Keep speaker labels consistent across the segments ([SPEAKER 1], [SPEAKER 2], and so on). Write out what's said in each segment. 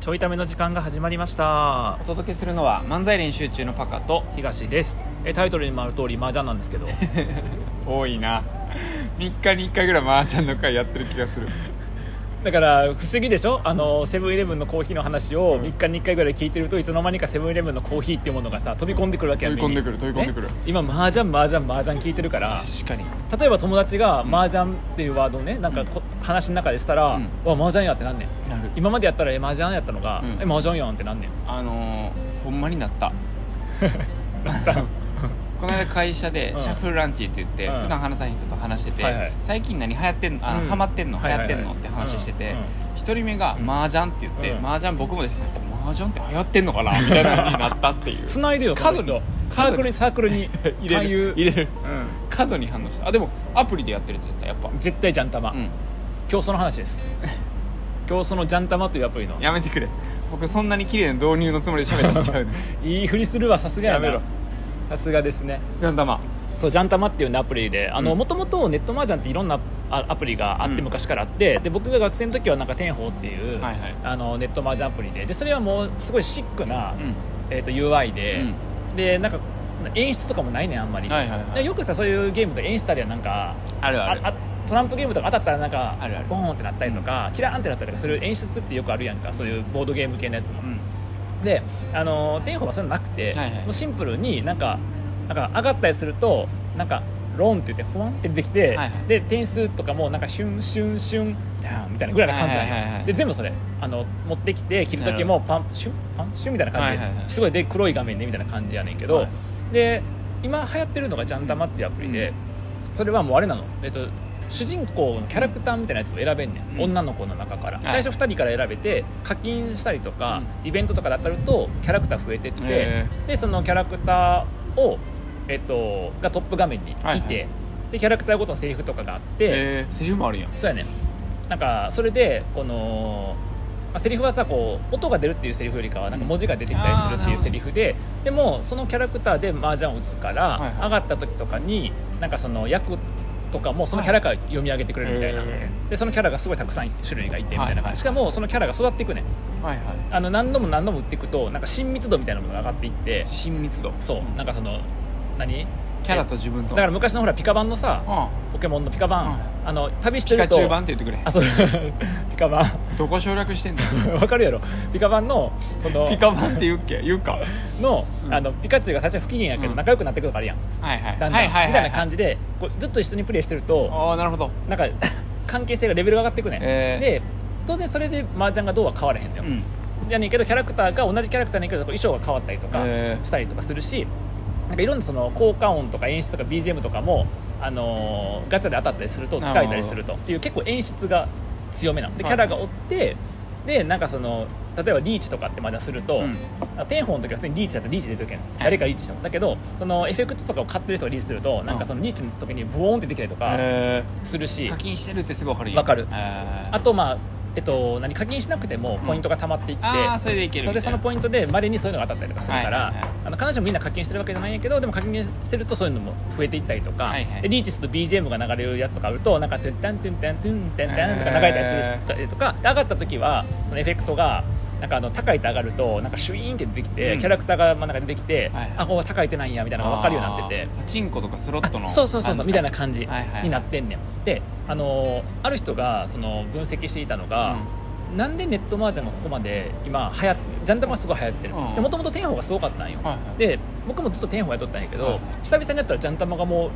[SPEAKER 1] ちょいための時間が始まりました
[SPEAKER 2] お届けするのは漫才練習中のパカと
[SPEAKER 1] 東ですえタイトルにもある通り麻雀なんですけど
[SPEAKER 2] 多いな 3日に1回ぐらい麻雀の会やってる気がする
[SPEAKER 1] だから不思議でしょあのセブンイレブンのコーヒーの話を3日に1回ぐらい聞いてるといつの間にかセブンイレブンのコーヒーっていうものがさ飛び込んでくるわけや
[SPEAKER 2] 飛び込んでくる
[SPEAKER 1] 目に
[SPEAKER 2] 飛び込んでくる
[SPEAKER 1] ね今麻雀麻雀麻雀聞いてるから
[SPEAKER 2] 確かに
[SPEAKER 1] 例えば友達が麻雀っていうワードをねなんかこ話の中でしたら
[SPEAKER 2] うん
[SPEAKER 1] 「わ麻雀や」ってなんねん
[SPEAKER 2] なる
[SPEAKER 1] 今までやったら「え麻雀やったのが
[SPEAKER 2] うん
[SPEAKER 1] 「え麻雀やん」ってなんねん
[SPEAKER 2] あのー、ほんまになった この間会社で
[SPEAKER 1] うん
[SPEAKER 2] シャッフルランチって言って、
[SPEAKER 1] うん
[SPEAKER 2] 普段話さへん人と話してて、
[SPEAKER 1] はいはい
[SPEAKER 2] 最近何流行ってんのあの、
[SPEAKER 1] うん
[SPEAKER 2] ハマってんの流
[SPEAKER 1] はい
[SPEAKER 2] 行
[SPEAKER 1] は
[SPEAKER 2] っ
[SPEAKER 1] い
[SPEAKER 2] てんのって話してて、
[SPEAKER 1] うんうん
[SPEAKER 2] 一人目が麻雀って言って、
[SPEAKER 1] うん
[SPEAKER 2] 麻雀僕もです麻雀って流行ってんのかなみたいなのになったっていう
[SPEAKER 1] 繋いでよその人サー
[SPEAKER 2] 角
[SPEAKER 1] クルにサークルに
[SPEAKER 2] 入れる
[SPEAKER 1] 勧誘
[SPEAKER 2] 入れる
[SPEAKER 1] うん
[SPEAKER 2] 角に反応したあでもアプリでやってるやつでしたやっぱ
[SPEAKER 1] 絶対ジャン玉、
[SPEAKER 2] うん
[SPEAKER 1] 今日その話です 今日そのジャン玉というアプリの
[SPEAKER 2] やめてくれ僕そんなに綺麗な導入のつもりで喋ったんちゃ うね
[SPEAKER 1] いいふりするわさすがやな
[SPEAKER 2] やめろ
[SPEAKER 1] さすがですね
[SPEAKER 2] ジャン玉
[SPEAKER 1] そうジャンタマっていうねアプリであの、
[SPEAKER 2] うん
[SPEAKER 1] もともとネットマージャンっていろんなあアプリがあって、
[SPEAKER 2] うん
[SPEAKER 1] 昔からあってで僕が学生の時はなんか天宝っていう、
[SPEAKER 2] はいはい
[SPEAKER 1] あのネットマージャンアプリででそれはもうすごいシックな、
[SPEAKER 2] う
[SPEAKER 1] えー、と UI で、
[SPEAKER 2] ん
[SPEAKER 1] でなんか演出とかもないねんあんまり、
[SPEAKER 2] はいはいはい
[SPEAKER 1] でよくさそういうゲームと演出たりはなんか
[SPEAKER 2] あるある
[SPEAKER 1] トランプゲームとか当たったらなんか
[SPEAKER 2] あるある
[SPEAKER 1] ボーンってなったりとか、キラーンってなったりとかする演出ってよくあるやんかそういうボードゲーム系のやつも、
[SPEAKER 2] うん
[SPEAKER 1] であのー天保はそういうのなくて、
[SPEAKER 2] はいはい
[SPEAKER 1] もうシンプルになんかなんか上がったりするとなんかロンって言ってふわんって出てきて、
[SPEAKER 2] はいはい
[SPEAKER 1] で点数とかもなんかシュンシュンシュンダーンみたいなぐらいな感じなんよ
[SPEAKER 2] はいはいはいはい
[SPEAKER 1] で全部それあの持ってきて切る時もパンシュンパンシュンみたいな感じで、
[SPEAKER 2] はいはいはい
[SPEAKER 1] すごいで黒い画面でみたいな感じやねんけど、
[SPEAKER 2] はい
[SPEAKER 1] で今流行ってるのがジャンダマっていうアプリで、
[SPEAKER 2] うん
[SPEAKER 1] それはもうあれなの、えっと、主人公のキャラクターみたいなやつを選べんねん、
[SPEAKER 2] うん
[SPEAKER 1] 女の子の中から、
[SPEAKER 2] は
[SPEAKER 1] 最
[SPEAKER 2] い
[SPEAKER 1] 初2人から選べて課金したりとか、イベントとかで当たるとキャラクター増えてって、
[SPEAKER 2] へ
[SPEAKER 1] でそのキャラクターを、えっと、がトップ画面にいて、
[SPEAKER 2] はいはい
[SPEAKER 1] でキャラクターごとのセリフとかがあって、
[SPEAKER 2] えー、セリフもあるやん
[SPEAKER 1] そうやねなんかそれでこの、まあ、セリフはさこう音が出るっていうセリフよりかはなんか文字が出てきたりするっていうセリフで、でもそのキャラクターで麻雀を打つから、
[SPEAKER 2] はいはい
[SPEAKER 1] 上がった時とかになんかその役とかもそのキャラが読み上げてくれるみたいな、
[SPEAKER 2] へ
[SPEAKER 1] でそのキャラがすごいたくさん種類がいてみたいな、
[SPEAKER 2] はいはい
[SPEAKER 1] しかもそのキャラが育っていくね
[SPEAKER 2] はいはい
[SPEAKER 1] あの何度も何度も打っていくとなんか親密度みたいなものが上がっていって
[SPEAKER 2] 親密度
[SPEAKER 1] そうなんかその何
[SPEAKER 2] キャラと自分と
[SPEAKER 1] だから昔のほらピカバンのさ
[SPEAKER 2] あ
[SPEAKER 1] ポケモンのピカバン、
[SPEAKER 2] はい
[SPEAKER 1] あの旅し
[SPEAKER 2] ピ
[SPEAKER 1] て
[SPEAKER 2] カ
[SPEAKER 1] ると
[SPEAKER 2] チュウ版って言ってくれ
[SPEAKER 1] あそう ピカバン
[SPEAKER 2] どこ省略してんの
[SPEAKER 1] わかるやろピカ版のその
[SPEAKER 2] ピカ版って言うっけ言うかはい
[SPEAKER 1] の,、
[SPEAKER 2] うん
[SPEAKER 1] あのピカチュウが最初は不機嫌やけど
[SPEAKER 2] うん
[SPEAKER 1] 仲良くなっていくとかあるやん、
[SPEAKER 2] はいは
[SPEAKER 1] だ
[SPEAKER 2] い
[SPEAKER 1] んだん、
[SPEAKER 2] はいはい
[SPEAKER 1] みたいな感じでこうずっと一緒にプレイしてると
[SPEAKER 2] ああなるほど
[SPEAKER 1] なんか関係性がレベルが上がっていくね、
[SPEAKER 2] えー
[SPEAKER 1] で当然それで麻雀がどうは変わらへんのよ、
[SPEAKER 2] ん
[SPEAKER 1] やねんけどキャラクターが同じキャラクターにけどこう衣装が変わったりとか
[SPEAKER 2] えー
[SPEAKER 1] したりとかするし、なんかいろんなその効果音とか演出とか BGM とかも、あのーガチャで当たったりすると使えたりするとっていう結構演出が強めなのでキ
[SPEAKER 2] はい
[SPEAKER 1] ャラがおって、でなんかその例えばリーチとかってまだすると、
[SPEAKER 2] うん
[SPEAKER 1] あ天保の時は普通にリーチだったらリーチ出てるけん誰かリーチしたのだけどそのエフェクトとかを買ってる人がリーチするとなんかそのリーチの時にブオーンってできたりとか
[SPEAKER 2] え
[SPEAKER 1] するし、
[SPEAKER 2] ー課金してるってすぐわかるよ
[SPEAKER 1] わかる
[SPEAKER 2] えー
[SPEAKER 1] あとまあえっと何課金しなくてもポイントが溜まっていって、
[SPEAKER 2] ああそれでいける
[SPEAKER 1] それでその
[SPEAKER 2] イン
[SPEAKER 1] ポイントでまれにそういうのが当たったりとかするから、
[SPEAKER 2] はいはいはい
[SPEAKER 1] あの彼女もみんな課金してるわけじゃないんやけどでも課金してるとそういうのも増えていったりとか、
[SPEAKER 2] はいはい
[SPEAKER 1] でリーチすると BGM が流れるやつとかあるとなんか「トゥンタントゥンタントゥンタンタン」とか流れたりするし
[SPEAKER 2] へー
[SPEAKER 1] とかとかで上がった時はそのエフェクトが。なんかあの高いって上がるとなんかシュイーンって出てきて、
[SPEAKER 2] うん
[SPEAKER 1] キャラクターが真ん中に出てきて、
[SPEAKER 2] はいはい
[SPEAKER 1] あここ高いってないんやみたいなのが分かるようになってて
[SPEAKER 2] パチンコとかスロットの
[SPEAKER 1] そうそうそうそうみたいな
[SPEAKER 2] 感
[SPEAKER 1] 感じ
[SPEAKER 2] はいはい
[SPEAKER 1] になってんねん、であのーある人がその分析していたのが、なんでネットマージャンがここまで今流行ってジャンダマがすごい流行ってる
[SPEAKER 2] うん
[SPEAKER 1] もともと天保がすごかったんよ
[SPEAKER 2] じはいはい
[SPEAKER 1] で僕もずっと天保やっとったんやけど、
[SPEAKER 2] はい
[SPEAKER 1] 久々にやったらジャンダマがもう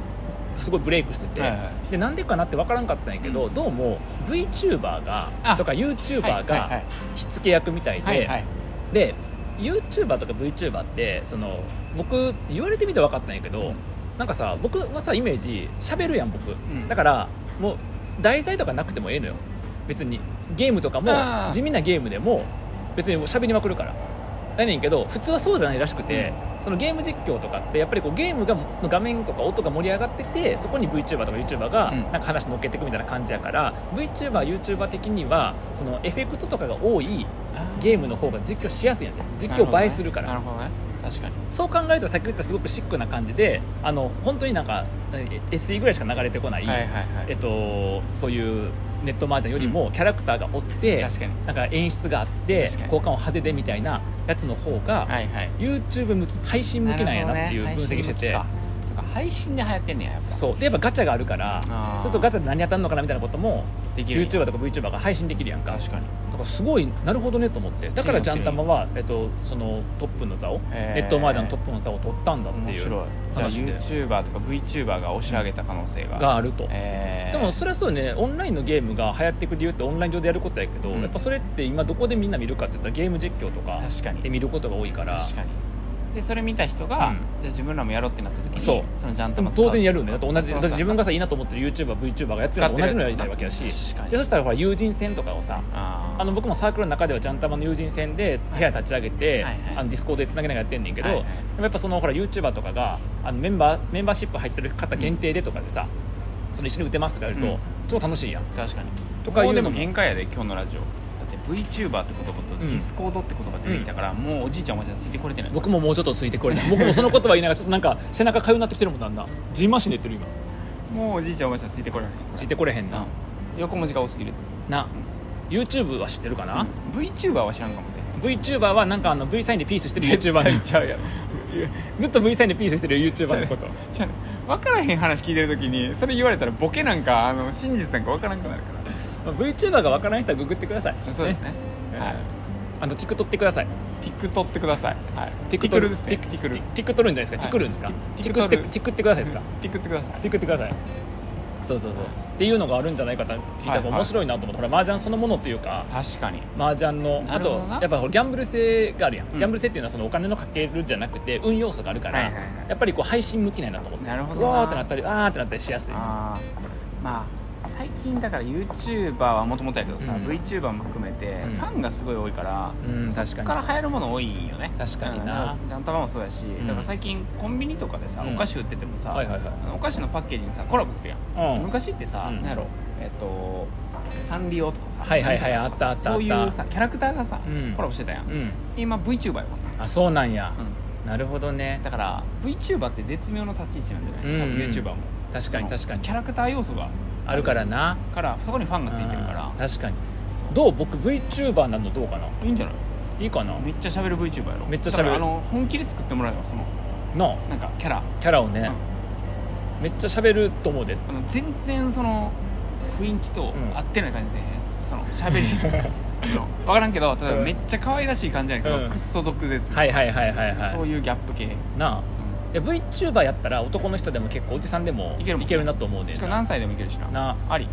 [SPEAKER 1] すごいブレイクしてて、
[SPEAKER 2] はいはい
[SPEAKER 1] でなんでかなって分からんかったんやけど、
[SPEAKER 2] うん
[SPEAKER 1] どうも VTuber が
[SPEAKER 2] あ
[SPEAKER 1] とか YouTuber
[SPEAKER 2] はいは
[SPEAKER 1] が
[SPEAKER 2] い
[SPEAKER 1] 火付け役みたいで、
[SPEAKER 2] はいはい
[SPEAKER 1] で YouTuber とか VTuber ってその僕言われてみて分かったんやけど、
[SPEAKER 2] うん
[SPEAKER 1] なんかさ僕はさイメージ喋るやん僕、
[SPEAKER 2] ん
[SPEAKER 1] だからもう題材とかなくてもええのよ別にゲームとかも
[SPEAKER 2] あー
[SPEAKER 1] 地味なゲームでも別に喋りまくるからやねんけど普通はそうじゃないらしくて、そのゲーム実況とかってやっぱりこうゲームがの画面とか音が盛り上がっててそこに VTuber とか YouTuber が
[SPEAKER 2] うん
[SPEAKER 1] なんか話乗っけていくみたいな感じやから、VTuberYouTuber 的にはそのエフェクトとかが多いゲームの方が実況しやすいんやね実況映えするから
[SPEAKER 2] なるほどね確かに
[SPEAKER 1] そう考えるとさっき言ったすごくシックな感じであの本当になんかえ SE ぐらいしか流れてこない、
[SPEAKER 2] はいはいはい
[SPEAKER 1] えっと、そういうネット麻雀よりもキャラクターがおって、
[SPEAKER 2] 確かに
[SPEAKER 1] なんか演出があって
[SPEAKER 2] 確か
[SPEAKER 1] 交
[SPEAKER 2] に
[SPEAKER 1] 換を派手でみたいなやつの方が、
[SPEAKER 2] はいはい
[SPEAKER 1] YouTube 向き配信向けなんやなっていう分析してて、
[SPEAKER 2] なるほどね配信向きかそうか配信で流行ってんねややっぱ
[SPEAKER 1] そうでやっぱガチャがあるから
[SPEAKER 2] あー
[SPEAKER 1] それとガチャで何当たるのかなみたいなことも
[SPEAKER 2] できるんや
[SPEAKER 1] YouTuber とか VTuber が配信できるやんか
[SPEAKER 2] 確かに
[SPEAKER 1] だからすごいなるほどねと思ってだからジャンタマは、えっと、そのトップの座を
[SPEAKER 2] へー
[SPEAKER 1] ネットマージャンのトップの座を取ったんだって
[SPEAKER 2] 面
[SPEAKER 1] いう
[SPEAKER 2] 白いじゃあ
[SPEAKER 1] 話で
[SPEAKER 2] YouTuber とか VTuber が押し上げた可能性が
[SPEAKER 1] があると。
[SPEAKER 2] えー
[SPEAKER 1] でもそれはそうねオンラインのゲームが流行っていく理由ってオンライン上でやることやけど、
[SPEAKER 2] うん
[SPEAKER 1] やっぱそれって今どこでみんな見るかって言ったらゲーム実況とか
[SPEAKER 2] 確かに
[SPEAKER 1] で見ることが多いから
[SPEAKER 2] 確かにでそれ見た人が、
[SPEAKER 1] うん
[SPEAKER 2] じゃあ自分らもやろうってなった時に
[SPEAKER 1] そう
[SPEAKER 2] のジャン
[SPEAKER 1] で
[SPEAKER 2] タ
[SPEAKER 1] も
[SPEAKER 2] マ
[SPEAKER 1] 当然やるよねだって同じ
[SPEAKER 2] そ
[SPEAKER 1] だっ
[SPEAKER 2] う
[SPEAKER 1] て
[SPEAKER 2] そう
[SPEAKER 1] 自分がさいいなと思ってる YouTuberVTuber がやつ
[SPEAKER 2] 使
[SPEAKER 1] ら
[SPEAKER 2] っ
[SPEAKER 1] も
[SPEAKER 2] て
[SPEAKER 1] 同
[SPEAKER 2] るやつ
[SPEAKER 1] じのやりたいわけやし
[SPEAKER 2] 確かに
[SPEAKER 1] でそしたらほら友人戦とかをさ
[SPEAKER 2] あー
[SPEAKER 1] あの僕もサークルの中ではジャンタマの友人戦で部屋立ち上げて、
[SPEAKER 2] はいはい
[SPEAKER 1] あのディスコードでつなげながらやってんねんけど、
[SPEAKER 2] はいはい
[SPEAKER 1] でもやっぱそのほら YouTuber とかがあのメンバーメンバーシップ入ってる方限定でとかでさ、その一緒に打てますとかやると、
[SPEAKER 2] うん
[SPEAKER 1] 超楽しいやん
[SPEAKER 2] 確かに
[SPEAKER 1] とかいう
[SPEAKER 2] もうで
[SPEAKER 1] のも
[SPEAKER 2] も限界やで今日のラジオだって VTuber って言葉と
[SPEAKER 1] ん
[SPEAKER 2] Discord って言葉出てきたから、もうおじいちゃんおばあちゃんついてこれてない
[SPEAKER 1] 僕ももうちょっとついてこれない僕もその言葉言いながらちょっとなんか背中かゆくなってきてるもんなんだジンマシンで言ってる今
[SPEAKER 2] もうおじいちゃんおばあちゃんついてこれない
[SPEAKER 1] ついてこれへんな、
[SPEAKER 2] うん横文字が多すぎる
[SPEAKER 1] な YouTube は知ってるかな、
[SPEAKER 2] うん VTuber は知らんかもしれへん
[SPEAKER 1] VTuber はなんかあの V サインでピースしてる YouTuber の
[SPEAKER 2] ちゃうやろ
[SPEAKER 1] ずっと V サインでピースしてる YouTuber のこと
[SPEAKER 2] ち
[SPEAKER 3] じゃあ分からへん話聞いてる時にそれ言われたらボケなんかあの真実なんか分からんくなるから
[SPEAKER 1] まあ VTuber がわからない人はググってください
[SPEAKER 3] そうですね
[SPEAKER 1] は
[SPEAKER 3] はいい、
[SPEAKER 1] あの TikTok 撮ってください
[SPEAKER 3] ティック取ってくださいはいティック
[SPEAKER 1] 撮
[SPEAKER 3] 取
[SPEAKER 1] る
[SPEAKER 3] るですねティックル
[SPEAKER 1] ティック撮るんじゃないですか、
[SPEAKER 3] はい
[SPEAKER 1] ティクるんですか
[SPEAKER 3] テ
[SPEAKER 1] ティ
[SPEAKER 3] ィ
[SPEAKER 1] ク
[SPEAKER 3] ク
[SPEAKER 1] って
[SPEAKER 3] 撮る
[SPEAKER 1] ティクってくださいですか
[SPEAKER 3] ティックってください
[SPEAKER 1] ティクってくださいそうそうそうっていうのがあるんじゃないかと聞いた
[SPEAKER 3] は
[SPEAKER 1] ら
[SPEAKER 3] いはい
[SPEAKER 1] 面白いなと思って、ほら麻雀そのものっていうか
[SPEAKER 2] 確かに
[SPEAKER 1] 麻雀の
[SPEAKER 2] な
[SPEAKER 1] あ
[SPEAKER 2] るほ
[SPEAKER 1] と
[SPEAKER 2] どな
[SPEAKER 1] やっぱほらギャンブル性があるやん、
[SPEAKER 2] うん
[SPEAKER 1] ギャンブル性っていうのはそのお金のかけるじゃなくて運要素があるから、
[SPEAKER 2] はいはいはい
[SPEAKER 1] やっぱりこう配信向きないなと思って
[SPEAKER 2] なるほど
[SPEAKER 1] う
[SPEAKER 2] な
[SPEAKER 1] わーってなったりあーってなったりしやすい
[SPEAKER 2] あーまあ最近だから YouTuber はもともとやけどさ、
[SPEAKER 1] うん
[SPEAKER 2] VTuber も含めて
[SPEAKER 1] うん
[SPEAKER 2] ファンがすごい多いから、
[SPEAKER 1] うん
[SPEAKER 2] そっ
[SPEAKER 1] 確か
[SPEAKER 2] か
[SPEAKER 1] に
[SPEAKER 2] ら流行るもの多いよね
[SPEAKER 1] 確かにな
[SPEAKER 2] うんジャンタマもそうやし、
[SPEAKER 1] ん
[SPEAKER 2] だから最近コンビニとかでさ、
[SPEAKER 1] うん
[SPEAKER 2] お菓子売っててもさ、
[SPEAKER 1] はいはいはい
[SPEAKER 2] あのお菓子のパッケージにさコラボするやん、
[SPEAKER 1] うん
[SPEAKER 2] 昔ってさ、
[SPEAKER 1] うん
[SPEAKER 2] なんやろえっとサンリオとかさ
[SPEAKER 1] はいはいはい
[SPEAKER 2] なんちゃら
[SPEAKER 1] あ
[SPEAKER 2] とかさ
[SPEAKER 1] ったあったあった
[SPEAKER 2] そういうさキャラクターがさ、
[SPEAKER 1] うん
[SPEAKER 2] コラボしてたやん、
[SPEAKER 1] うん
[SPEAKER 2] 今 VTuber よ、
[SPEAKER 1] あそうなんや、
[SPEAKER 2] う
[SPEAKER 1] なるほどね
[SPEAKER 2] ん、だから VTuber って絶妙の立ち位置なんじゃない、
[SPEAKER 1] うん
[SPEAKER 2] 多分 YouTuber も
[SPEAKER 1] 確かに
[SPEAKER 2] その
[SPEAKER 1] 確かに
[SPEAKER 2] キャラクター要素が
[SPEAKER 1] あるからな
[SPEAKER 2] からそこにファンがついてるか
[SPEAKER 1] あー
[SPEAKER 2] ら
[SPEAKER 1] 確かにどう僕 VTuber なのどうかない
[SPEAKER 2] いんじゃない
[SPEAKER 1] いいかな
[SPEAKER 2] めっちゃ喋る VTuber やろ
[SPEAKER 1] めっちゃ喋る
[SPEAKER 2] だからあの本気で作ってもらうよその
[SPEAKER 1] の
[SPEAKER 2] なんかキャラ
[SPEAKER 1] キャラをね、めっちゃ喋ると思うで
[SPEAKER 2] あの全然その雰囲気と
[SPEAKER 1] うん
[SPEAKER 2] 合ってない感じで、その喋 りの分からんけど例え
[SPEAKER 1] う
[SPEAKER 2] ば
[SPEAKER 1] ん
[SPEAKER 2] めっちゃ可愛らしい感じやねんけど、
[SPEAKER 1] うん
[SPEAKER 2] くっそ毒舌、
[SPEAKER 1] はいはいはいはいはい
[SPEAKER 2] そういうギャップ系、うん
[SPEAKER 1] なあいや VTuber やったら男の人でも結構おじさんでも
[SPEAKER 2] いけるもん
[SPEAKER 1] なと思うね
[SPEAKER 2] し
[SPEAKER 1] ん
[SPEAKER 2] かも
[SPEAKER 1] な
[SPEAKER 2] 何歳でもいけるしな
[SPEAKER 1] な
[SPEAKER 2] あり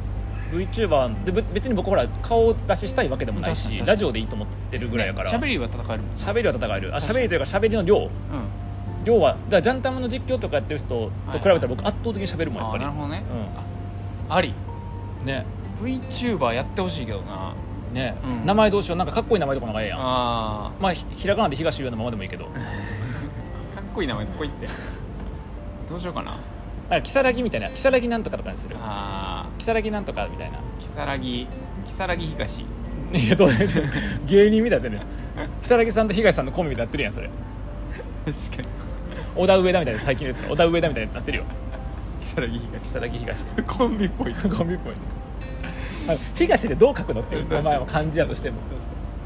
[SPEAKER 1] VTuber でぶ別に僕ほら顔出ししたいわけでもない
[SPEAKER 2] 確かに
[SPEAKER 1] し
[SPEAKER 2] 確かに
[SPEAKER 1] ラジオでいいと思ってるぐらいやから
[SPEAKER 2] ね喋、りは戦えるもん
[SPEAKER 1] 喋りは戦えるあ
[SPEAKER 2] 確かに
[SPEAKER 1] 喋りというか喋りの量
[SPEAKER 2] うん
[SPEAKER 1] 量はだからジャンタムの実況とかやってる人と比べた
[SPEAKER 2] はいは
[SPEAKER 1] ら
[SPEAKER 2] い
[SPEAKER 1] 僕圧倒的に喋るもんや
[SPEAKER 2] あ
[SPEAKER 1] っ
[SPEAKER 2] ーなる
[SPEAKER 1] ぱ
[SPEAKER 2] ほどね
[SPEAKER 1] りうん
[SPEAKER 2] あり
[SPEAKER 1] ね
[SPEAKER 2] VTuber やってほしいけどな
[SPEAKER 1] ね、
[SPEAKER 2] うん
[SPEAKER 1] 名前どうしようなんかかっこいい名前とかの方がええやん
[SPEAKER 2] あ
[SPEAKER 1] まあひひらがなで東優のままでもいいけど
[SPEAKER 2] ーかっこいい名前どこ行ってどうしようかな
[SPEAKER 1] なんかキサラギみたいなキサラギなんとかとかにする
[SPEAKER 2] あ
[SPEAKER 1] キサラギなんとかみたいな
[SPEAKER 2] ー如月如月東
[SPEAKER 1] いやどう芸人みたいだねキサラギさんと東さんのコンビみたいになってるやんそれ
[SPEAKER 2] 確かに
[SPEAKER 1] 小田上田みたいな最近言ってた小田上田みたいになってるよ
[SPEAKER 3] 如月東
[SPEAKER 1] キサラギ東
[SPEAKER 3] コンビっぽい
[SPEAKER 1] コンビっぽいねあ東でどう書くのっていう名前は漢字だとしても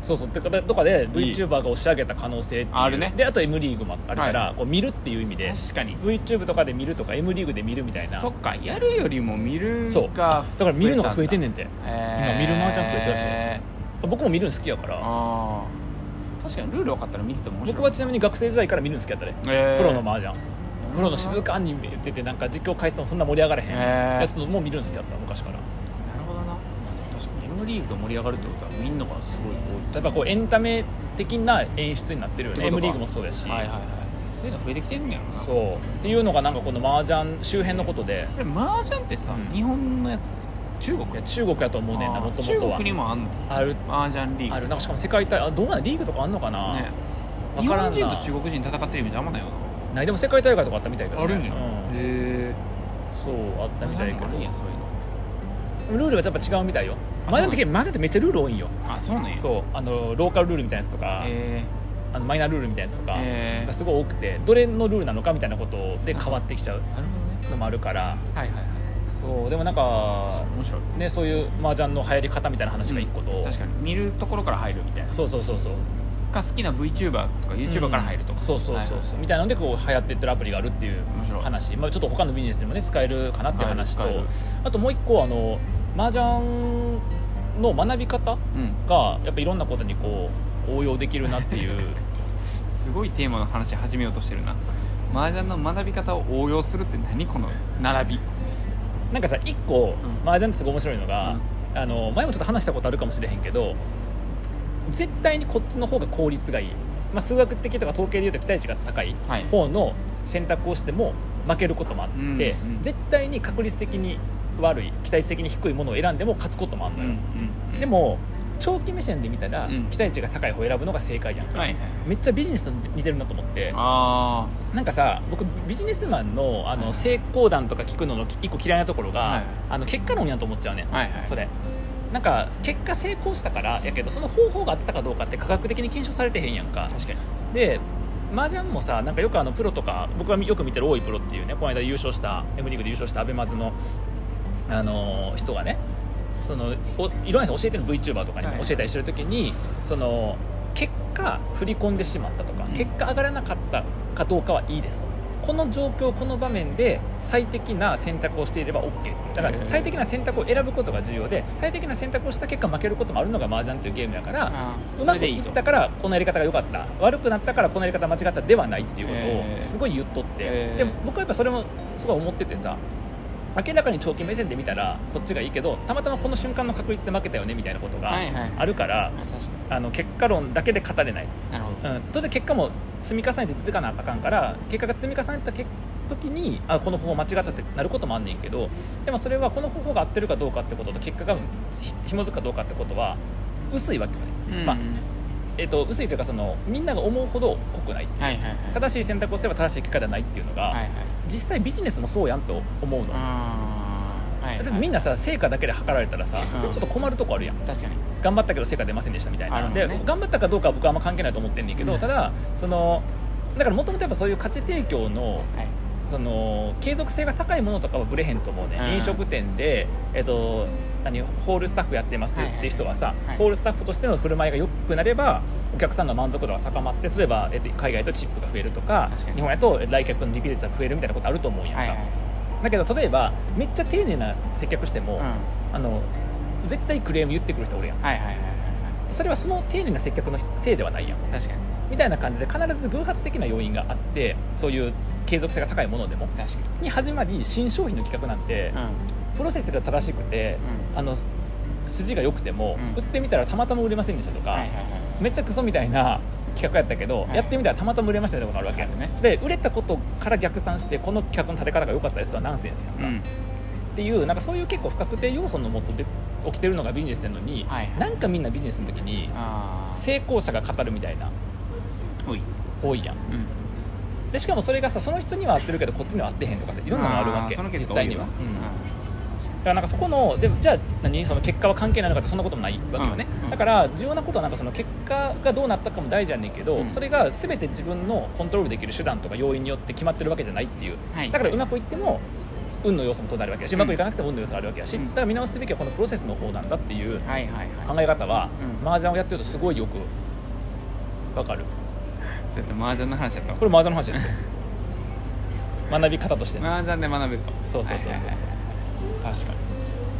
[SPEAKER 1] そうそうってかとかで VTuber が押し上げた可能性っていう
[SPEAKER 2] あるね
[SPEAKER 1] であと M リーグもあるから、
[SPEAKER 2] は
[SPEAKER 1] こう見るっていう意味で
[SPEAKER 2] 確かに
[SPEAKER 1] VTube とかで見るとか M リーグで見るみたいな
[SPEAKER 2] そっかやるよりも見るが
[SPEAKER 1] そうだ
[SPEAKER 2] だ
[SPEAKER 1] から見るのが増えてんねんて今見る麻雀増えてるらしいよ
[SPEAKER 2] え
[SPEAKER 1] 僕も見るの好きやから
[SPEAKER 2] あー確かにルール分かったら見てても面白い
[SPEAKER 1] 僕はちなみに学生時代から見るの好きやったね
[SPEAKER 2] えー
[SPEAKER 1] プロの麻雀プロの静かに見ててなんか実況解説もそんな盛り上がれへん
[SPEAKER 2] へー
[SPEAKER 1] やつのも見るの好きやった昔から
[SPEAKER 2] なるほどな確かに M リーグが盛り上がるってことはみんながすごい多い
[SPEAKER 1] やっぱこうエンタメ的な演出になってるよ
[SPEAKER 2] って
[SPEAKER 1] ね
[SPEAKER 2] こと
[SPEAKER 1] M
[SPEAKER 2] か
[SPEAKER 1] リーグもそうやし、
[SPEAKER 2] はいはいはいそういうの増えてきてんねやろなう
[SPEAKER 1] そうっていうのがなんかこの麻雀周辺のことで
[SPEAKER 2] これ麻雀ってさ、
[SPEAKER 1] うん
[SPEAKER 2] 日本のやつ中国
[SPEAKER 1] いや中国やと思うねんな
[SPEAKER 2] あ
[SPEAKER 1] もと
[SPEAKER 2] ー
[SPEAKER 1] もと
[SPEAKER 2] 中
[SPEAKER 1] は
[SPEAKER 2] 国にもあんの
[SPEAKER 1] ある
[SPEAKER 2] 麻雀リーグ
[SPEAKER 1] あるなんかしかも世界大あどうなんリーグとかあんのかな、
[SPEAKER 2] ね
[SPEAKER 1] わ
[SPEAKER 2] 日
[SPEAKER 1] からんな
[SPEAKER 2] 本人と中国人戦ってるイメージあんまないよな
[SPEAKER 1] ないでも世界大会とかあったみたいだけど、ね、
[SPEAKER 2] や
[SPEAKER 1] うん
[SPEAKER 2] へえ
[SPEAKER 1] そうあったみ
[SPEAKER 2] 麻
[SPEAKER 1] たい
[SPEAKER 2] 雀
[SPEAKER 1] だ
[SPEAKER 2] も
[SPEAKER 1] け
[SPEAKER 2] あるんや
[SPEAKER 1] ど
[SPEAKER 2] そういうの
[SPEAKER 1] ルールはやっぱ違うみたいよ
[SPEAKER 2] あ
[SPEAKER 1] 麻
[SPEAKER 2] そうな
[SPEAKER 1] 雀
[SPEAKER 2] ん
[SPEAKER 1] って麻
[SPEAKER 2] だ
[SPEAKER 1] 雀ってめっちゃルール多いんよ
[SPEAKER 2] あそうねう
[SPEAKER 1] そうあのローカルルールみたいなやつとか、
[SPEAKER 2] え
[SPEAKER 1] あのマイナールールみたいなやつとか
[SPEAKER 2] ー、え
[SPEAKER 1] が
[SPEAKER 2] ー、
[SPEAKER 1] すごい多くてどれのルールなのかみたいなことで変わってきちゃう
[SPEAKER 2] なるほどね
[SPEAKER 1] のもあるから
[SPEAKER 2] はいはいはい
[SPEAKER 1] そうでもなんか
[SPEAKER 4] 面白い
[SPEAKER 1] ねそういう麻雀の流行り方みたいな話が一個と、
[SPEAKER 2] 確かに
[SPEAKER 4] 見るところから入るみたいな
[SPEAKER 1] そうそうそうそう
[SPEAKER 2] か好きな VTuber とか YouTuber から入ると
[SPEAKER 1] うん
[SPEAKER 2] か
[SPEAKER 1] そうそうそうそう、
[SPEAKER 2] はい
[SPEAKER 1] みたいなのでこう流行ってってるアプリがあるっていう
[SPEAKER 2] 面白い
[SPEAKER 1] 話、まあ、ちょっと他のビジネスにもね使えるかなっていう話と
[SPEAKER 2] 使える
[SPEAKER 1] あともう一個あの麻雀の学び方
[SPEAKER 2] うん
[SPEAKER 1] がやっぱいろんなことにこう応用できるなっていう
[SPEAKER 2] すごいテーマの話始めようとしてるな麻雀の学び方を応用するって何この並び
[SPEAKER 1] なんかさ一個
[SPEAKER 2] うん
[SPEAKER 1] 麻雀ってすごい面白いのが、あの前もちょっと話したことあるかもしれへんけど絶対にこっちの方が効率がいい、まあ、数学的とか統計でいうと期待値が高い
[SPEAKER 2] はい
[SPEAKER 1] 方の選択をしても負けることもあって、
[SPEAKER 2] うんうん
[SPEAKER 1] 絶対に確率的に悪い期待値的に低いものを選んでも勝つこともある
[SPEAKER 2] う
[SPEAKER 1] の
[SPEAKER 2] ん
[SPEAKER 1] よ、
[SPEAKER 2] うん
[SPEAKER 1] でも長期目線で見たら、
[SPEAKER 2] うん
[SPEAKER 1] 期待値が高い方を選ぶのが正解やんか、
[SPEAKER 2] はいはい
[SPEAKER 1] めっちゃビジネスと似てるなと思って
[SPEAKER 2] あ
[SPEAKER 1] なんかさ僕ビジネスマンのあ
[SPEAKER 2] はい
[SPEAKER 1] の成功談とか聞くのの一個嫌いなところが、
[SPEAKER 2] はい
[SPEAKER 1] あの結果論やと思っちゃうねん、
[SPEAKER 2] あはいはい
[SPEAKER 1] それなんか結果成功したからやけどその方法が合ってたかどうかって科学的に検証されてへんやんか
[SPEAKER 2] 確かに
[SPEAKER 1] で麻雀もさなんかよくあのプロとか僕がよく見てる大井プロっていうねこの間優勝した M リーグで優勝したアベマズの、あのー人がねそのおいろんな人教えてる VTuber とかに
[SPEAKER 2] はい
[SPEAKER 1] も教えたりしてる時に、その結果振り込んでしまったとか、
[SPEAKER 2] うん
[SPEAKER 1] 結果上がらなかったかどうかはいいですとこの状況この場面で最適な選択をしていれば OK だか
[SPEAKER 2] へー
[SPEAKER 1] ら最適な選択を選ぶことが重要で最適な選択をした結果負けることもあるのが麻雀っていうゲームやから、
[SPEAKER 2] あー
[SPEAKER 1] う
[SPEAKER 2] そ
[SPEAKER 1] ま
[SPEAKER 2] れ
[SPEAKER 1] く
[SPEAKER 2] でい
[SPEAKER 1] い
[SPEAKER 2] い
[SPEAKER 1] っ
[SPEAKER 2] と
[SPEAKER 1] たからこのやり方が良かった悪くなったからこのやり方間違ったではないっていう
[SPEAKER 2] え
[SPEAKER 1] こ
[SPEAKER 2] え
[SPEAKER 1] とをすごい言っとって、
[SPEAKER 2] ええ
[SPEAKER 1] で僕はやっぱそれもすごい思っててさ明らかに長期目線で見たらこっちがいいけどたまたまこの瞬間の確率で負けたよねみたいなことが
[SPEAKER 2] はいはい
[SPEAKER 1] あるから、
[SPEAKER 2] あ確か
[SPEAKER 1] あの結果論だけで語れない、
[SPEAKER 2] になるほど
[SPEAKER 1] うん、当然結果も積み重ねて出てかなあかんから結果が積み重ねた結時にあこの方法間違ったってなることもあんねんけどでもそれはこの方法が合ってるかどうかってことと結果がひ紐づくかどうかってことは薄いわけよね、まあえっと薄いというかそのみんなが思うほど濃くない
[SPEAKER 2] あはいはいはい
[SPEAKER 1] 正しい選択をすれば正しい結果じゃないっていうのが、
[SPEAKER 2] はいはい
[SPEAKER 1] 実際ビジネスもそうやんと思うの、
[SPEAKER 2] あーはい
[SPEAKER 1] だってみんな
[SPEAKER 2] な
[SPEAKER 1] さ成果だけで測られたらさ、
[SPEAKER 2] うん
[SPEAKER 1] ちょっと困るとこあるやん
[SPEAKER 2] 確かに
[SPEAKER 1] 頑張ったけど成果出ませんでしたみたい
[SPEAKER 2] ある
[SPEAKER 1] な、
[SPEAKER 2] もんね
[SPEAKER 1] で頑張ったかどうかは僕はあんま関係ないと思ってんねんけど、
[SPEAKER 2] うん
[SPEAKER 1] ただそのだからもともとやっぱそういう価値提供の
[SPEAKER 2] はい
[SPEAKER 1] その継続性が高いものとかはブレへんと思うね、
[SPEAKER 2] うん
[SPEAKER 1] 飲食店で、えっと、何ホールスタッフやってますっていう人はさ、
[SPEAKER 2] はい
[SPEAKER 1] ホールスタッフとしての振る舞いが良くなればお客さんの満足度が高まって例えば、えっと、海外とチップが増えるとか
[SPEAKER 2] 確かに
[SPEAKER 1] 日本やと来客のリピート率が増えるみたいなことあると思うんやんか、
[SPEAKER 2] はいはい
[SPEAKER 1] だけど例えばめっちゃ丁寧な接客しても、
[SPEAKER 2] うん
[SPEAKER 1] あの絶対クレーム言ってくる人おるやん
[SPEAKER 2] はいはいはいは
[SPEAKER 1] それはその丁寧な接客のせいではないやん
[SPEAKER 2] い確かに
[SPEAKER 1] みたいな感じで必ず偶発的な要因があってそういう継続性が高いものでも
[SPEAKER 2] 確か
[SPEAKER 1] に始まり新商品の企画なんて、
[SPEAKER 2] に
[SPEAKER 1] プロセスが正しくて
[SPEAKER 2] うんうん
[SPEAKER 1] あのす筋が良くても、
[SPEAKER 2] うん
[SPEAKER 1] 売ってみたらたまたま売れませんでしたとか、
[SPEAKER 2] はいはいはい
[SPEAKER 1] めっちゃクソみたいな企画やったけど、
[SPEAKER 2] はい
[SPEAKER 1] やってみたらたまたま売れましたみたいなことがあるわけ、
[SPEAKER 2] ある
[SPEAKER 1] で売れたことから逆算してこの企画の立て方が良かったですはナンセンスやんか、
[SPEAKER 2] う
[SPEAKER 1] っ
[SPEAKER 2] ん
[SPEAKER 1] ていうなんかそういう結構不確定要素のもとで起きてるのがビジネスなのに、
[SPEAKER 2] はいはい
[SPEAKER 1] なんかみんなビジネスの時に
[SPEAKER 2] ああ
[SPEAKER 1] 成功者が語るみたいな
[SPEAKER 2] おい
[SPEAKER 1] 多いやん
[SPEAKER 2] うん
[SPEAKER 1] でしかもそれがさその人には合ってるけどこっちには合ってへんとかさいろんなのがあるわけ
[SPEAKER 2] ーその
[SPEAKER 1] 実
[SPEAKER 2] 結果多
[SPEAKER 1] 際
[SPEAKER 2] い
[SPEAKER 1] に
[SPEAKER 2] よ
[SPEAKER 1] は、
[SPEAKER 2] な
[SPEAKER 1] うん
[SPEAKER 2] うん
[SPEAKER 1] だからなんかそこのでじゃあ何その結果は関係ないのかってそんなこともないわけよね、
[SPEAKER 2] うんうん
[SPEAKER 1] だから重要なことはなんかその結果がどうなったかも大事やねんけど、
[SPEAKER 2] うん
[SPEAKER 1] それが全て自分のコントロールできる手段とか要因によって決まってるわけじゃないっていう
[SPEAKER 2] はい
[SPEAKER 1] だからうまくいっても運の要素もとなるわけだし、う
[SPEAKER 2] うん
[SPEAKER 1] まくいかなくても運の要素があるわけだし、
[SPEAKER 2] うん
[SPEAKER 1] だから見直すべきはこのプロセスの方なんだっていう
[SPEAKER 2] はいはいはい
[SPEAKER 1] 考え方は、
[SPEAKER 2] うん
[SPEAKER 1] 麻雀をやってるとすごいよくわかる
[SPEAKER 2] そうやって麻雀の話だった
[SPEAKER 1] これ麻雀の話ですよ学び方としてね
[SPEAKER 2] 麻雀で学べると
[SPEAKER 1] そうそうそうそうそう
[SPEAKER 2] はいはいはい確かに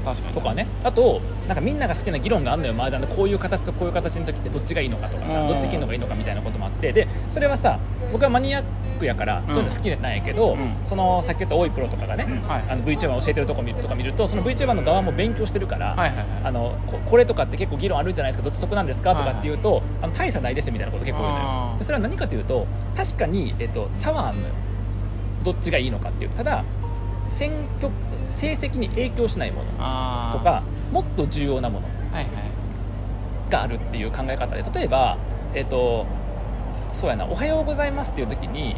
[SPEAKER 2] 確かに
[SPEAKER 1] とかねあとなんかみんなが好きな議論があんのよ麻雀でこういう形とこういう形の時ってどっちがいいのかとか
[SPEAKER 2] う
[SPEAKER 1] さ
[SPEAKER 2] ん
[SPEAKER 1] どっち切るのがいいのかみたいなこともあってでそれはさ僕はマニアックやからそういうの好きなんやけど、
[SPEAKER 2] うん
[SPEAKER 1] そのさっき言った多いプロとかがね、
[SPEAKER 2] はい
[SPEAKER 1] あの VTuber を教えてるとこ見るとか見るとその VTuber の側も勉強してるから、
[SPEAKER 2] はいはいはい
[SPEAKER 1] あのここれとかって結構議論あるんじゃないですかどっち得なんですかとかって言うと、あの大差ないですみたいなこと結構言うの
[SPEAKER 2] あ
[SPEAKER 1] よ
[SPEAKER 2] ー
[SPEAKER 1] でそれは何かというと確かに、えっと、差はあんのよどっちがいいのかっていうただ選挙成績に影響しないもの
[SPEAKER 2] あー
[SPEAKER 1] とかもっと重要なもの
[SPEAKER 2] はいはい
[SPEAKER 1] があるっていう考え方で例えば、えっとそうやな「おはようございます」っていう時に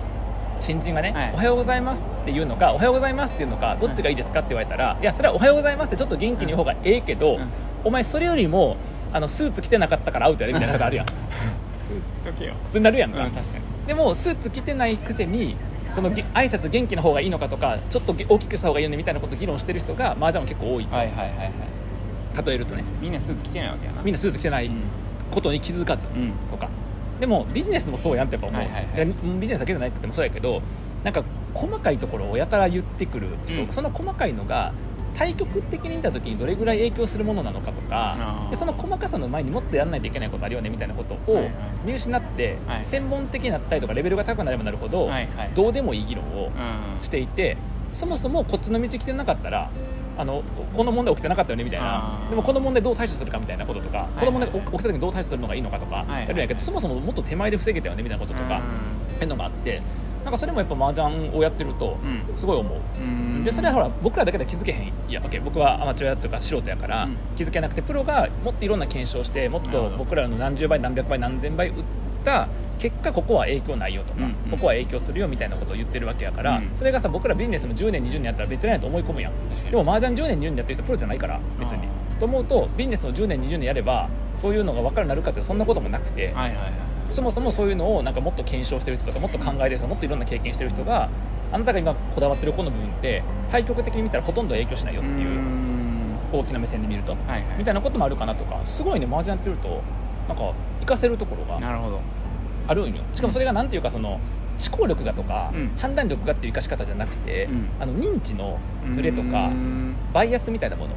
[SPEAKER 1] 新人がね、
[SPEAKER 2] はい
[SPEAKER 1] おはようございます」っていうのか「おはようございます」っていうのかどっちがいいですかって言われたら、い、やそれは「おはようございます」ってちょっと元気に言う方がええけど、
[SPEAKER 2] うん
[SPEAKER 1] お前それよりもあのスーツ着てなかったからアウトやでみたいなことあるやん
[SPEAKER 2] スーツ着とけよ
[SPEAKER 1] 普通になるや
[SPEAKER 2] うんん
[SPEAKER 1] か、
[SPEAKER 2] 確かに
[SPEAKER 1] でもスーツ着てないくせにそのぎ挨拶元気な方がいいのかとかちょっとぎ大きくした方がいいよねみたいなことを議論してる人が麻雀は結構多い
[SPEAKER 4] はいはいはいはい
[SPEAKER 1] 例えるとね
[SPEAKER 2] みんなスーツ着てないわけやな
[SPEAKER 1] みんなスーツ着てないことに気づかず
[SPEAKER 2] うん
[SPEAKER 1] とかでもビジネスもそうやんってやっぱ思う、
[SPEAKER 2] はいはいはい
[SPEAKER 1] でビジネスだけじゃなくてもそうやけどなんか細かいところをやたら言ってくる人、
[SPEAKER 2] うん
[SPEAKER 1] その細かいのが対局的に見た時にどれぐらい影響するものなのかと
[SPEAKER 2] あ
[SPEAKER 1] か
[SPEAKER 2] ー
[SPEAKER 1] でその細かさの前にもっとやらないといけないことあるよねみたいなこと
[SPEAKER 2] は
[SPEAKER 1] を
[SPEAKER 2] いはい
[SPEAKER 1] 見失って、
[SPEAKER 2] はい
[SPEAKER 1] 専門的になったりとかレベルが高くなればなるほど、
[SPEAKER 2] はいはい
[SPEAKER 1] どうでもいい議論を
[SPEAKER 2] うん
[SPEAKER 1] していてそもそもこっちの道来てなかったらあのこの問題起きてなかったよねみたいな
[SPEAKER 2] あー
[SPEAKER 1] でもこの問題どう対処するかみたいなこととか、
[SPEAKER 2] い
[SPEAKER 1] この問題起きた時にどう対処するのがいいのかとか、
[SPEAKER 2] いはい
[SPEAKER 1] やるんやけどそもそももっと手前で防げたよねみたいなこととか、っていうのがあってなんかそれもやっぱ麻雀をやってると
[SPEAKER 2] うん
[SPEAKER 1] すごい思う。
[SPEAKER 2] うん
[SPEAKER 1] でそれはほら僕らだけでは気づけへんやわけ僕はアマチュアというか素人やから、
[SPEAKER 2] うん
[SPEAKER 1] 気づけなくてプロがもっといろんな検証してもっ
[SPEAKER 2] なるほ
[SPEAKER 1] と
[SPEAKER 2] ど
[SPEAKER 1] 僕らの何十倍何百倍何千倍打った結果ここは影響ないよとか、
[SPEAKER 2] うんうん
[SPEAKER 1] ここは影響するよみたいなことを言ってるわけやから、
[SPEAKER 2] うん
[SPEAKER 1] それがさ僕らビジネスも10年20年やったらベテランやと思い込むやん
[SPEAKER 2] 確かに
[SPEAKER 1] でも麻雀10年20年やってる人プロじゃないから別に
[SPEAKER 2] あ
[SPEAKER 1] と思うとビジネスを10年20年やればそういうのが分かるようになるかってそんなこともなくて、
[SPEAKER 2] はいはいはい
[SPEAKER 1] そもそもそういうのをなんかもっと検証してる人とかもっと考えてる人もっといろんな経験してる人があなたが今こだわってるこの部分って対局的に見たらほとんど影響しないよって
[SPEAKER 2] う
[SPEAKER 1] いうん大きな目線で見ると
[SPEAKER 2] はいはい
[SPEAKER 1] みたいなこともあるかなとかすごいね麻雀やってるとなんか活かせるところが
[SPEAKER 2] なるほど
[SPEAKER 1] あるんよしかもそれがなんていうかその思考力がとか
[SPEAKER 2] うん
[SPEAKER 1] 判断力がっていう生かし方じゃなくて
[SPEAKER 2] うん
[SPEAKER 1] あの認知のズレとか
[SPEAKER 2] うん
[SPEAKER 1] バイアスみたいなもの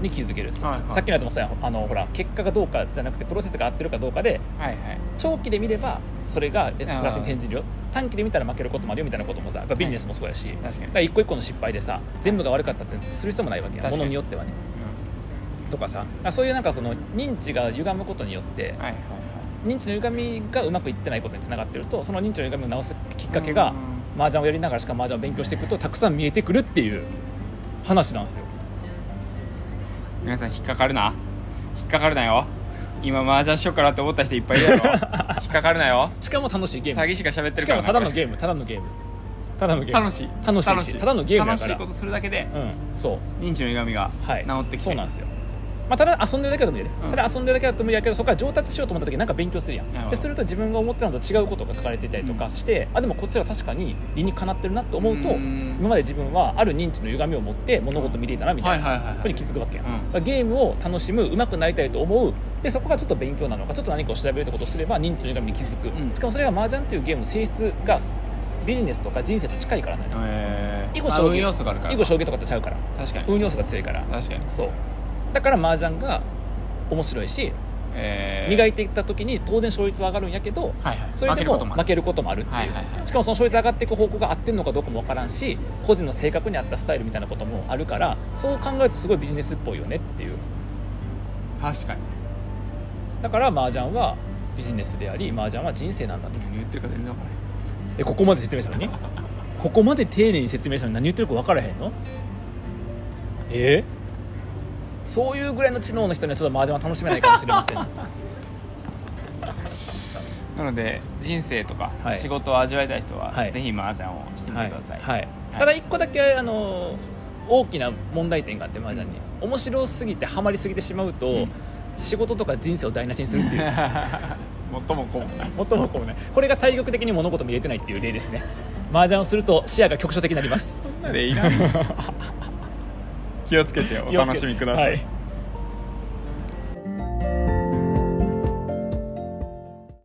[SPEAKER 1] に気づける
[SPEAKER 2] はい
[SPEAKER 1] さ
[SPEAKER 2] はい
[SPEAKER 1] っきのやつもそうやんあのほら結果がどうかじゃなくてプロセスが合ってるかどうかで
[SPEAKER 2] はいはい
[SPEAKER 1] 長期で見ればそれがえプ
[SPEAKER 2] あー
[SPEAKER 1] ラスに転じるよ短期で見たら負けることもあるよみたいなこともさやっぱビジネスもそうやし、だ
[SPEAKER 2] 確かに
[SPEAKER 1] から一個一個の失敗でさ全部が悪かったってする必要もないわけや
[SPEAKER 2] 確か
[SPEAKER 1] も
[SPEAKER 2] に
[SPEAKER 1] のによってはね
[SPEAKER 2] う
[SPEAKER 1] とかさあそういうなんかその認知が歪むことによって
[SPEAKER 2] んはいはいはい
[SPEAKER 1] 認知の歪みがうまくいってないことにつながってるとその認知の歪みを直すきっかけが
[SPEAKER 2] うん
[SPEAKER 1] 麻雀をやりながらしか麻雀を勉強していくとたくさん見えてくるっていう話なんですよ
[SPEAKER 2] 皆さん引っかかるな引っかかるなよ今麻雀しようかなって思った人いっぱいいる やろ引っかかるなよ
[SPEAKER 1] しかも楽しいゲー
[SPEAKER 2] 詐
[SPEAKER 1] ム
[SPEAKER 2] 欺師が喋って
[SPEAKER 1] しか
[SPEAKER 2] るか
[SPEAKER 1] も
[SPEAKER 2] ら
[SPEAKER 1] ただの
[SPEAKER 2] ー
[SPEAKER 1] ゲームただのゲームただのゲーム
[SPEAKER 2] 楽しい
[SPEAKER 1] 楽しいし
[SPEAKER 2] した
[SPEAKER 1] だのゲームや
[SPEAKER 2] 楽
[SPEAKER 1] か
[SPEAKER 2] し
[SPEAKER 1] ら
[SPEAKER 2] いことするだけで
[SPEAKER 1] うんそう
[SPEAKER 2] 認知の歪みが治
[SPEAKER 1] はい、
[SPEAKER 2] ってきて、
[SPEAKER 1] そうなんですよ、まあ、ただ遊んでるだけだと無理やで、
[SPEAKER 2] うん
[SPEAKER 1] ただ遊んでるだけだと無理やけどそこから上達しようと思った時になんか勉強するや
[SPEAKER 2] なるほ
[SPEAKER 1] ん
[SPEAKER 2] ど
[SPEAKER 1] で、すると自分が思ってたのと違うことが書かれていたりとかして、あでもこっちは確かに理にかなってるなと思うと
[SPEAKER 2] うん
[SPEAKER 1] 今まで自分はある認知の歪みを持って物事を見ていたなみたいな
[SPEAKER 2] はいはいはいはい
[SPEAKER 1] ことに気づくわけやん、
[SPEAKER 2] うん
[SPEAKER 1] だからゲームを楽しむ上手くなりたいと思うでそこがちょっと勉強なのかちょっと何かを調べるってことをすれば認知の歪みに気づく、
[SPEAKER 2] うん
[SPEAKER 1] しかもそれが麻雀というゲームの性質がビジネスとか人生と近いからね
[SPEAKER 2] えー
[SPEAKER 1] 囲碁
[SPEAKER 2] あ
[SPEAKER 1] 将棋
[SPEAKER 2] 運要素があるから
[SPEAKER 1] 囲碁将棋とかとちゃうから
[SPEAKER 2] 確かに
[SPEAKER 1] 運要素が強いから
[SPEAKER 2] 確かに、
[SPEAKER 1] そうだから麻雀が面白いし
[SPEAKER 2] えー
[SPEAKER 1] 磨いていった時に当然勝率は上がるんやけど
[SPEAKER 2] はいはい、
[SPEAKER 1] それ
[SPEAKER 2] 負
[SPEAKER 1] で
[SPEAKER 2] けるこ
[SPEAKER 1] も
[SPEAKER 2] ともあ
[SPEAKER 1] 負けることもあるっていう、
[SPEAKER 2] はいはいはい
[SPEAKER 1] しかもその勝率上がっていく方向が合ってるのかどうかもわからんし個人の性格に合ったスタイルみたいなこともあるからそう考えるとすごいビジネスっぽいよねっていう
[SPEAKER 2] 確かに
[SPEAKER 1] だから麻雀はビジネスであり麻雀は人生なんだと
[SPEAKER 2] 何言ってるか全然わからない
[SPEAKER 1] えここまで説明したのに ここまで丁寧に説明したのに何言ってるか分からへんのえそういうぐらいの知能の人にはちょっと麻雀は楽しめないかもしれません
[SPEAKER 2] なので人生とか
[SPEAKER 1] はい
[SPEAKER 2] 仕事を味わいたい人は、
[SPEAKER 1] はい
[SPEAKER 2] ぜひ麻雀をしてみてください、
[SPEAKER 1] はいはい
[SPEAKER 2] はい
[SPEAKER 1] ただ一個だけあの大きな問題点があって麻雀に面白すぎてハマりすぎてしまうと、
[SPEAKER 2] うん
[SPEAKER 1] 仕事とか人生を台無しにするって いう
[SPEAKER 2] 最 も高貴な
[SPEAKER 1] もっともこうねこれが体力的に物事見れてないっていう例ですね麻雀をすると視野が局所的になります
[SPEAKER 2] でいらん気をつけてお楽しみくださ
[SPEAKER 1] 気をつけて
[SPEAKER 2] い
[SPEAKER 1] は